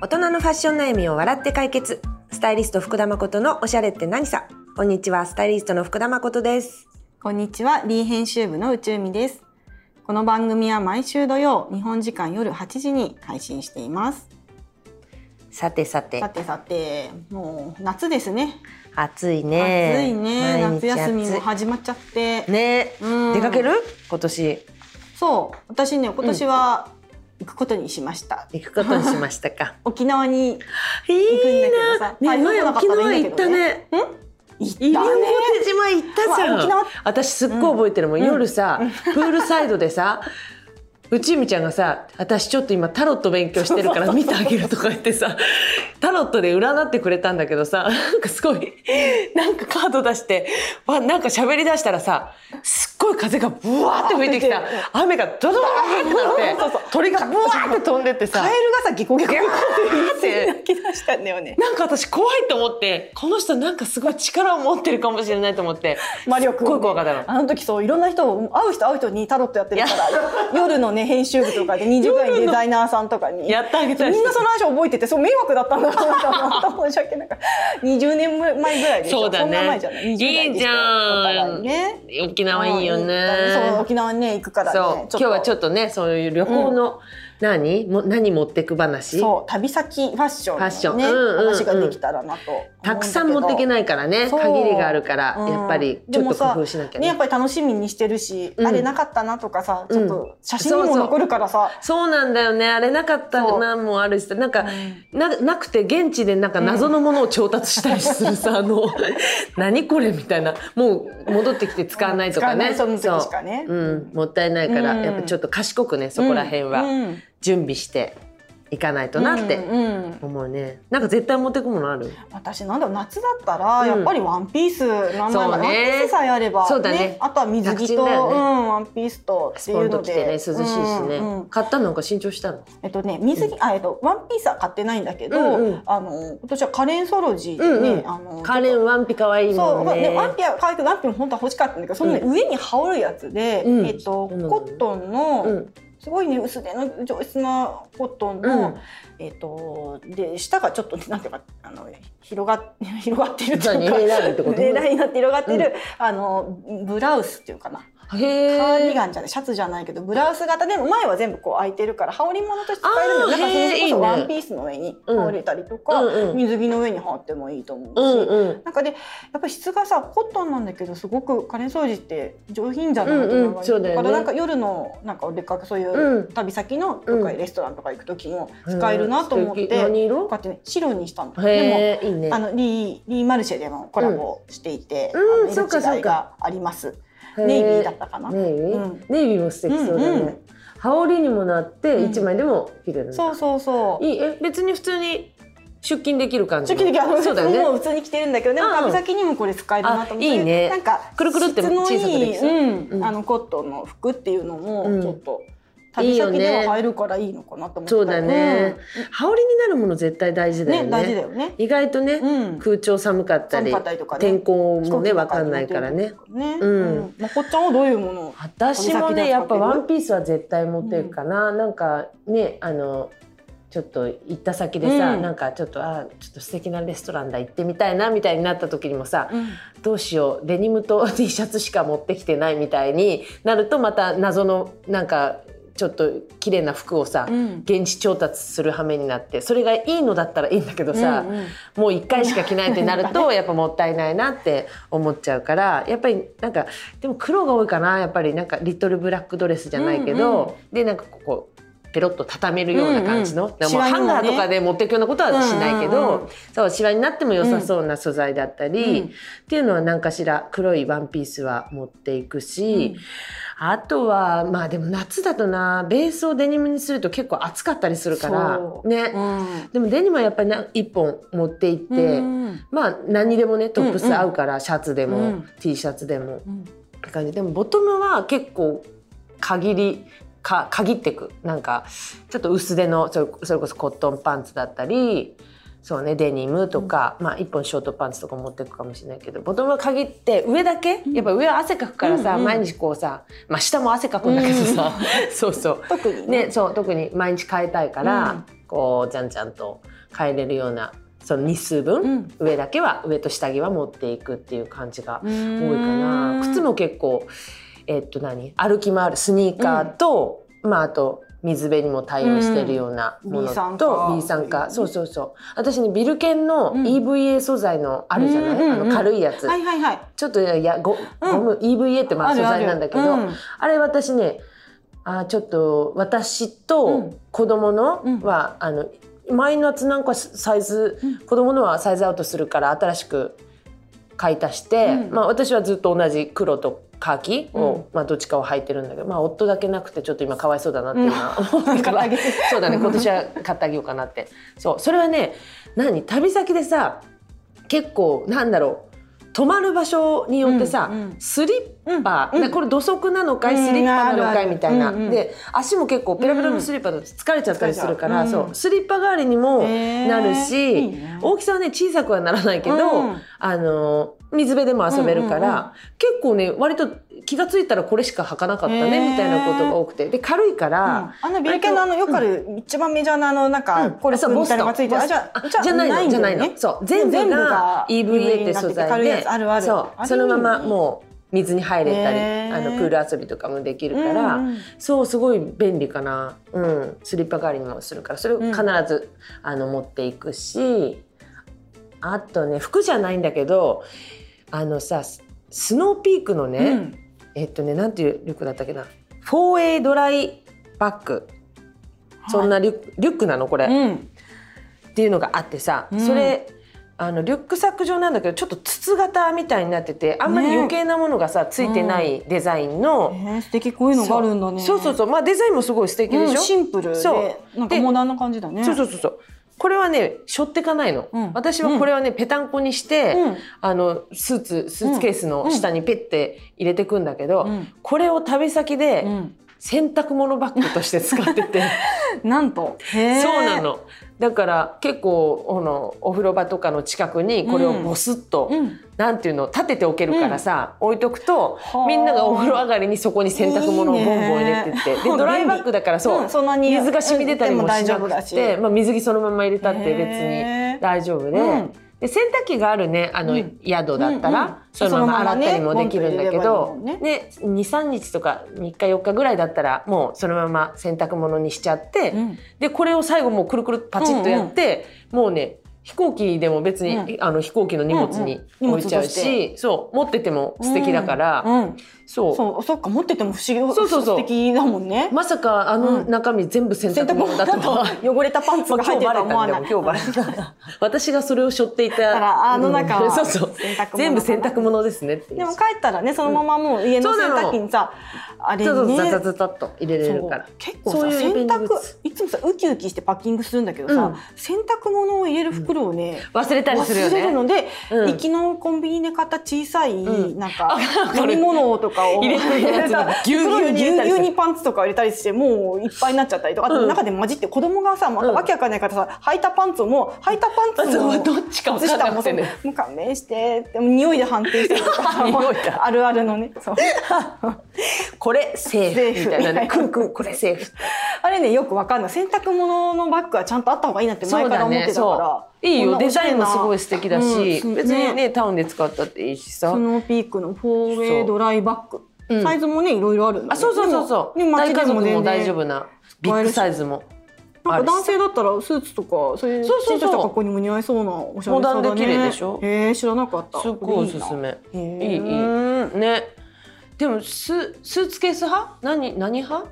大人のファッション悩みを笑って解決スタイリスト福田誠のおしゃれって何さこんにちはスタイリストの福田誠ですこんにちは、リー編集部の宇宙美です。この番組は毎週土曜、日本時間夜8時に配信しています。さてさてさてさて、もう夏ですね。暑い暑ねいね。毎夏日暑い休みも始まっちゃって。ね、うん出かける今年そう、私ね、今年は行くことにしました。行くことにしましたか沖縄にいい行くんだけどさ。ね台風前来なか沖たら縄いい行んだっけたど。ね行った西ね。表島行ったじうわ沖ゃん縄私すっごい覚えてるもん、うん夜さ、プールサイドでさうちみちゃんがさ「私ちょっと今タロット勉強してるから見てあげる」とか言ってさタロットで占ってくれたんだけどさなんかすごいなんかカード出してわなんか喋り出したらさすっごい風がブワーって吹いてきた雨がドドーってなそうっそうて鳥がブワーって飛んでってさカエルがさ、ギコ ギコギコっギャてー泣き出したんだよね。なんか私怖いと思ってこの人なんかすごい力を持ってるかもしれないと思って魔す力をねっごい怖かったの。あの時そういろんな人を会う人会う人にタロットやってるから夜のね編集部とかで20ぐらいのデザイナーさんとかにやってあげたりみしんてなその話覚えててそう迷惑だったんだろうなと思 った申し訳ないから20年前ぐらいでしょそうだねんな前じゃない20代いいでじしょゃんお互いね沖縄いいよそうね。沖縄にね行くからねそう今日はちょっっとねそういう旅行の、何も何持ってく話とそう旅先ファッションファッショのンねうんうんうん話ができたらなと思うんだけどたくさん持っていけないからねそう限りがあるから、うんやっぱりちょっと工夫しなきゃねねやっぱり楽しみにしてるし、うんあれなかったなとかさちょっうと写真にも残るからさ、そうなんだよねあれなかったそうなもあるしなんか、ななくて現地でなんか謎のものを調達したりするさ、あ の何これみたいなもう戻ってきて使わないとかね使わないその時しかねそううん、もったいないから、うんやっぱちょっと賢くねそこら辺はうんうん準備していかないとなって。うんうん思うねなんか絶対持ってくものある私なんだろう夏だったらうんやっぱりワンピース何枚もそワうンねピースさえあれば、そうだねあとは水着楽と、ちんだようねんワンピースとってスいポうンとの来でてね涼しいしね、うんうん買ったのなんか新調したのえっとね水着、あえっとワンピースは買ってないんだけど、うんうんあの今年はカレンソロジーでね、うんうんあのカレンワンピ可愛いそもう、んまあねね、ワンピは可愛くワンピも本当は欲しかったんだけど、そのね、上に羽織るやつで、うんえっと、うんコットンの、うんすごいね薄手の上質なコットンの、えっとで下がちょっとなんていうかあの広が っ広がっているというそうか。ね A ラインってこと A ラインになって広がってる、あのブラウスっていうかな、へーカーディガンじゃないシャツじゃないけどブラウス型でも前は全部こう開いてるから羽織物として使えるんだよあだーからそれへーこいいねそワンピースの上に羽織れたりとか、うんうん水着の上に羽織ってもいいと思うし、うんうんなんかでやっぱり質がさコットンなんだけどすごくカレン掃除って上品じゃないうんうんとかそうだよねからなんか夜のなんかお出かけそういうんう旅先のとかレストランとか行く時も使えるなと思って、素敵何こ色うやってね白にしたの。でへえいいねもあのリーリーマルシェでもコラボしていて、うんうんあのそうか色そ違ういかがあります。へーネイビーだったかな。ネイビー、うんネイビーも素敵そうだね、うんうん羽織にもなってうん一枚でも着れるんだそうそうそう。いいえ別に普通に出勤できる感じ正直あのそうだよねもう普通に着てるんだけどでもうん旅先にもこれ使えるなと思ってあいいねなんかくるくるって質のい小さくできい、そううんうんあのコットンの服っていうのうんもちょっといい旅よ先ねでは入るからいいのかなと思ってそうだね、羽織になるもの絶対大事うんだよねね大事だよね意外とね、うん空調寒かったり寒かったりとかね天候もね飛行機の中分かんないからねねううんんまこっちゃんはどういうものを私も旅先でねはやっぱ使ってるワンピースは絶対持っていくかな、なんかねあのちょっと行った先でさ、うんなんかちょっとあちょっと素敵なレストランだ行ってみたいなみたいになった時にもさ、うんどうしようデニムと T シャツしか持ってきてないみたいになるとまた謎のなんかちょっと綺麗な服をさ、うん現地調達する羽目になってそれがいいのだったらいいんだけどさ、うんうんもう1回しか着ないってなる とやっぱもったいないなって思っちゃうからやっぱりなんかでも黒が多いかなやっぱりなんかリトルブラックドレスじゃないけど、うんでなんかここペロッと畳めるような感じの、うんうんだからもうシハワにンもねガーとかで持っていくようなことはしないけど、うんうんうんそうシワになっても良さそうな素材だったり、うんっていうのは何かしら黒いワンピースは持っていくし、あとはまあでも夏だとなベースをデニムにすると結構暑かったりするからそうね、うんでもデニムはやっぱりな1本持っていって、うんまあ何にでもねトップス合うから、シャツでも、うん T シャツでもっうんて感じでもボトムは結構限りか限ってくなんかちょっと薄手のそれそれこそコットンパンツだったりそうねデニムとか、まあ1本ショートパンツとか持ってくかもしれないけどボトムは限って上だけ、やっぱ上は汗かくからさ、うんうん毎日こうさ、まあ、下も汗かくんだけどさ、 そうそう特にねね、そう特に毎日変えたいから、こうちゃんちゃんと変えれるようなその日数分、うん上だけは上と下着は持っていくっていう感じが多い多いかな靴も結構えっと何歩き回るスニーカーと、まああと水辺にも対応してるようなものと、うん B3 B 酸化そうそうそう私ねビルケンのうん EVA 素材のあるじゃない、うんうんうんあの軽いやつ、はいはいはいちょっといやごうんゴム、EVA ってまあ素材なんだけどああるあるれ私ねあーちょっと私うとん子供のうんは、あのマイナスなんかサイズ、うん子供のはサイズアウトするから新しく買い足して、うんまあ、私はずっと同じ黒とカーキを、まあ、どっちかを履いてるんだけど、まあ、夫だけなくてちょっと今かわいそうだなって今思ってから、買ってあげてそう だね今年は買ってあげようかなってそうそれはね何旅先でさ結構なんだろう泊まる場所によってさ、うんうんスリッパ、うんなこれ土足なのかい、うんスリッパなのあるかあいるみたいな、うんうんで足も結構ペラペラのスリッパだと疲れちゃったりするから、疲れちゃそうううんスリッパ代わりにもへーなるし、いいね大きさはね小さくはならないけど、うんあの水辺でも遊べるから、うんうんうん結構ね割と気が付いたらこれしか履かなかったへねーみたいなことが多くてで軽いから、あのビルケンのあのよくある一番メジャーなあのなんかコルクみたいなのがついてるああじじゃゃああじゃないのじゃんだないよのねそう全部全部がが EVA って素材軽いでやつあるあるそあうれそのままいいねもう水に入れたりへーあのプール遊びとかもできるから、うんうんそうすごい便利かな、うん、スリッパ代わりにもするからそれを必ず、あの持っていくしあとね服じゃないんだけどあのさススノーピークのね、うんえっとねなんていうリュックだったっけな 4A ドライバッグそんなリュ,、リュックなのこれ、うんっていうのがあってさ、うんそれあのリュックサック状なんだけどちょっと筒型みたいになっててあんまりね余計なものがさ、ついてないデザインの、えー素敵こういうのがあるんだねそうそうそうまあデザインもすごい素敵でうんしシょ、ンプルでそうなんかでモダンな感じだねそうそうそうそうこれはね背負ってかないの、うん私はこれはね、ぺたんこにして、うんあのスーツスーツケースの下にペッて入れてくんだけど、うんこれを旅先でうん洗濯物バッグとして使って て。なんとへーそうなの。だから結構あのお風呂場とかの近くにこれをボスッと、うんなんていうの立てておけるからさ、置いとくとは あみんながお風呂上がりにそこに洗濯物をボンボン入れて っていいねでドライバッグだからそう、うんそんなに水が染み出たりもしなうんでも大丈夫く、だしてまあ、水着そのまま入れたって別へにえ大丈夫で。うんで洗濯機があるねあの、うん宿だったら、うんうんそのままそのまま洗っねたりもできるんだけポど、ンと入れればいいもんね23日とか3日4日ぐらいだったらもうそのまま洗濯物にしちゃって、うんでこれを最後もうくるくるパチッとやって、もうね飛行機でも別に、うあの飛行機の荷物にうんうん置いちゃう荷物し、そう持ってても素敵だから、うんうんそうそうそっか持ってても不思議そうそうそう素敵だもんねまさかあのうん中身全部洗洗濯濯物物だだとは、と汚れたパンツ まがあ今入日ってバレるとはたん思わだなよい今日バレた私がそれを背負っていたらあの中は うんそうそう洗濯物全部洗濯物ですねっていうでも帰ったらねそのままもう家のそう洗なの濯機にさ、あれちょっとねザザザザっと入れれるからそう結構そうさいう洗便利グッ濯ズいつもさウキウキしてパッキングするんだけどさ、うん洗濯物を入れる袋をね、忘れたりするよ忘れるねので、うん行きのコンビニで買った小さい、んなんかあ飲み物とかを入れてるやつ がぎぎゅゅうぎうぎゅゅううに入れたりするにパンツとか入れたりしてもういっぱいになっちゃったりとか、あうんと中で混じって子供がさまたわけわかんないからさ、履いたパンツも履いたパンツ そうもどっちか分かんなくてね靴下もそうもう勘弁してでも匂いで判定してるとかさ 匂いだあるあるのねそうこれセーフみセーフたいなねクンクンこれセーフあれねよくわかんない洗濯物のバッグはちゃんとあった方がいいなってそ前うからだ思っねてたかそらういいこんよなおデしザゃれイなンもすごい素敵だし、うん別にねタウンで使ったっていいしさスノーピークの 4way ドライバッグ、うんサイズもねいろいろあるんだあそうそうそうそう、でも大ね、家街で族も全も然大丈夫なビッグサイズもなんか男あるし性だったらスーツとかそういうそうそうそうちょっとした格好にも似合いそうなおしゃれモさダだンねで綺麗でしょへえ知らなかったすっごいおすすめいいいいいいねでもススーツケース派何何派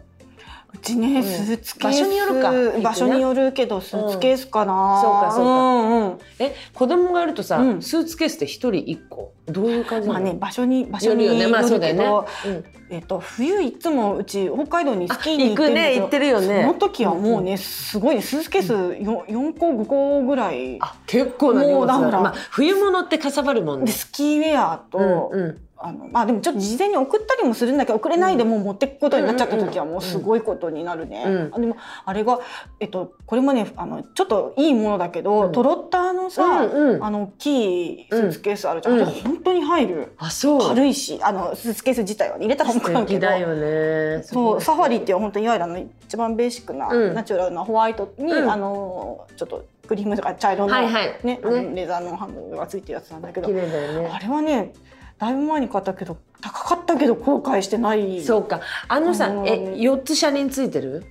うちね、スーツケース場所によるか場所によるけどスーツケースかな、そうかそうかうんうんえ子供がいるとさ、うんスーツケースって一人一個どういう感じまなあの、ね場所に場所よるによよねるけど、まあそうだよね、うんえっと冬いつもうち北海道にスキーに行あ行くね行行ってるよねその時はもうねすごいねスーツケース 4, 四個5個ぐらい結構な荷物だもうだからまあ、冬物ってかさばるもんでね。スキーウェアと、うんうんあのまあでもちょっと事前に送ったりもするんだけど送れないでもう持ってくことになっちゃった時はもうすごいことになるね。うんあでもあれが、えっと、これもねあのちょっといいものだけうど、んトロッターのさ、うんうんあの大きいスーツケースあるじゃん、うんあれ本当に入るあそう軽いしあのスーツケース自体は入れたら素も買うけ敵どだ。よねそうサファリっいていう本当にいわゆるあの一番ベーシックな、うんナチュラルなホワイトに、うんあのちょっとクリームとか茶色の、はいはいねあねのレザーのハンドがついてるやつなんだけど綺麗だよねあれはねだいぶ前に買ったけど高かったけど後悔してないそうかあのさあのえ四つ車輪ついてる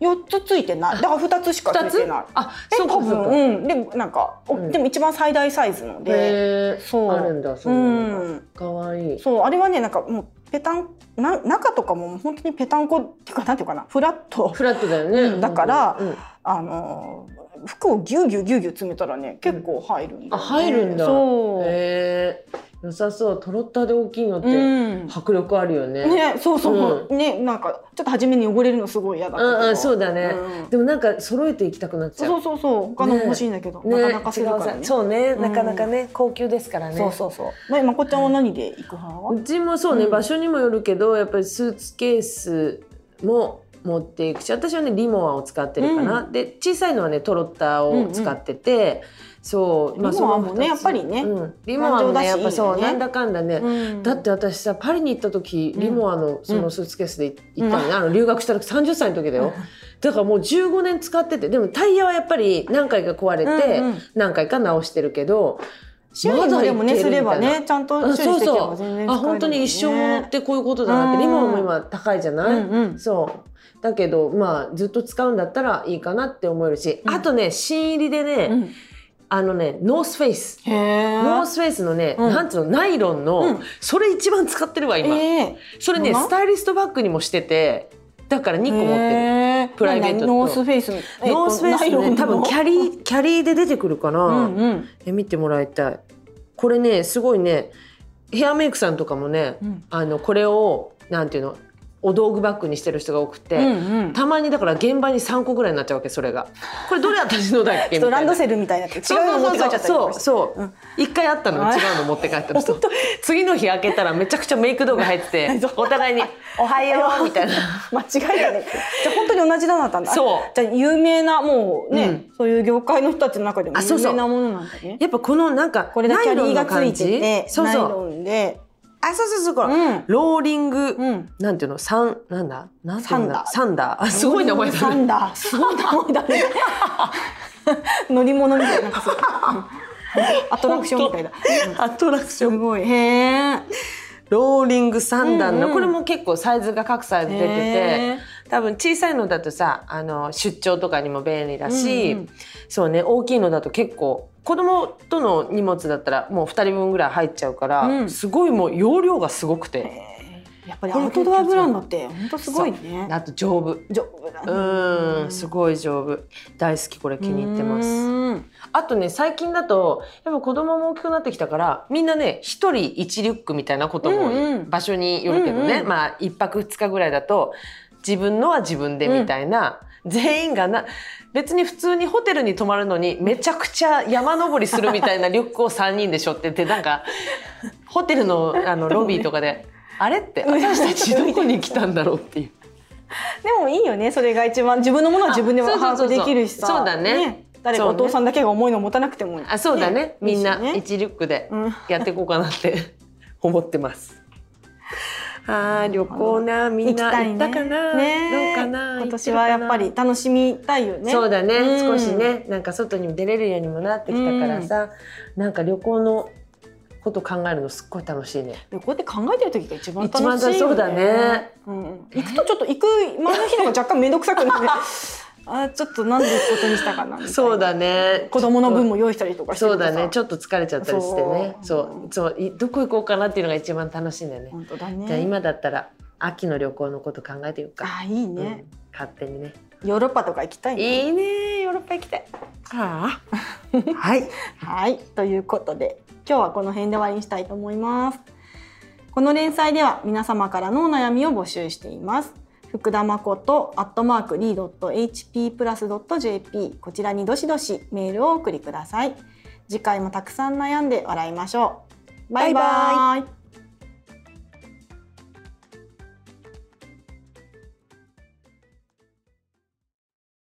4つついてないだから2つしか二ついつてないあえそうか多そう分かうんでもなんか、おうんでも一番最大サイズのでへえそうあるんだそうういうのんかわいいそうあれはねなんかもうペタンな中とかも本当にペタンコっていうかなんていうかなフラットフラットだよね、うんだからうんあのー服をぎゅうぎゅうぎゅうぎゅう詰めたらね結構入るんだよね、あ入るんだそう、へえ良さそうトロッターで大きいのって、うん迫力あるよねねそうそう、ねなんかちょっと初めに汚れるのすごい嫌だったけどうんうんそうだねうんでもなんか揃えていきたくなっちゃうそうそうそう他のも欲しいんだけど、なかなかするから違うねさそうね、うんなかなかね高級ですからねそうそうそうままこっちゃんは何で行く派は、うちもそうね、うん場所にもよるけどやっぱりスーツケースも持っていくし私はねリモアを使ってるかな、で小さいのはねトロッターを使ってて、そう、リモアもその二つねやっぱりねうん、リモアも頑丈だねしやっぱそういいよねなんだかんだね、うんだって私さパリに行った時うんリモアのそうのんスーツケースで行ったの,、あの留学した時30歳の時だよだからもう15年使っててでもタイヤはやっぱり何回か壊れて、うんうん何回か直してるけど修理もでもまだね、いけするれみたばいなねちゃんとあ修理そうしていけそば全然使えるもんねうあ本当に一生ものってこういうことだなって、リうんモアも今高いじゃない、うんうんそうだけどまあずっと使うんだったらいいかなって思えるし、うんあとね新入りでね、うんあのねノースフェイスへえノースフェイスのね、うんなんつうのナイロンの、うんそれ一番使ってるわ今、ええそれねままスタイリストバッグにもしててだから2個持ってる。へープライベートと何々ノースフェイス、ノースフェイスね多分キャリーキャリーで出てくるかな、ーうんうんえ見てもらいたいこれねすごいねヘアメイクさんとかもね、うんあのこれをなんていうのお道具バッグにしてる人が多くて、うんうんたまにだから現場に3個ぐらいになっちゃうわけそれがこれどれ私のだっけちみょっとたラいンなドセルみたいな違うそうの持って帰っちゃったりとそうかそうそしてううん一回あったのあ違うの持って帰ったの本当次の日開けたらめちゃくちゃメイク道具入って てお互いに「おはよう」みたいな間違いだねじゃあ本当に同じだなったんだそうじゃあ有名なもうね、うんそういう業界の人たちの中でもあそう有そう名なものなんだねやっぱこのなんかこれだけキャリナイローンがのつ感いじててそうそナイうロンであそうそうそうこれ、うんローリング、うんなんていうのサンなんだなんていうんだササンダー あすごい名前サだねンダーすごい名前だね 乗り物みたいななんか そううんアトラクションみたいだアトラクションすごいへえローリング三段の、うんうんこれも結構サイズが各サイズ出てへて多分小さいのだとさあの出張とかにも便利だし、うんうんそうね大きいのだと結構子供との荷物だったらもう2人分ぐらい入っちゃうから、うんすごいもう容量がすごくて、やっぱりアウトドアブランドって本当すごいそうねあと丈夫丈夫だうねん、すごい丈夫大好きこれ気に入ってます。うんあとね最近だとやっぱ子供も大きくなってきたからみんなね一人一リュックみたいなことうんうもん場所によるけどね、うんうんまあ一泊二日ぐらいだと自分のは自分でみたいな、全員がな別に普通にホテルに泊まるのにめちゃくちゃ山登りするみたいなリュックを3人で背負っててなんかホテルのあのロビーとかで。あれって私たちどこに来たんだろうっていうでもいいよねそれが一番自分のものは自分であそうそう把そう握できるしさそうだね誰かそうおね父さんだけが重いの持たなくてもあそうだねみんな一一リュックでうんやっていこうかなって 思ってます。あー旅行なみんな行ったかな、どうかな今年はやっぱり、楽しみたいよねそうだね、うん少しねなんか外にも出れるようにもなってきたからさ、なんか旅行のこと考えるのすっごい楽しいね。旅行って考えてる時が一番楽しいよ、一番だそうだねうんうん行くとちょっと行く前の日の方が若干面倒くさくなる あちょっとなんで行くことにしたかなみたいなそうだね子供の分も用意したりとかしてそうるとださねちょっと疲れちゃったりしてねそうそういどこ行こうかなっていうのが一番楽しいんだよね。本当だねじゃあ今だったら秋の旅行のこと考えてようか、あいいね、うん勝手にね。ヨーロッパとか行きたいねいいねヨーロッパ行きたい。はあ、 はい。はい、ということで今日はこの辺で終わりにしたいと思います。この連載では皆様からのお悩みを募集しています。福田誠アットマークリードット HP プラスドット JP こちらにどしどしメールをお送りください。次回もたくさん悩んで笑いましょう。バイババイイ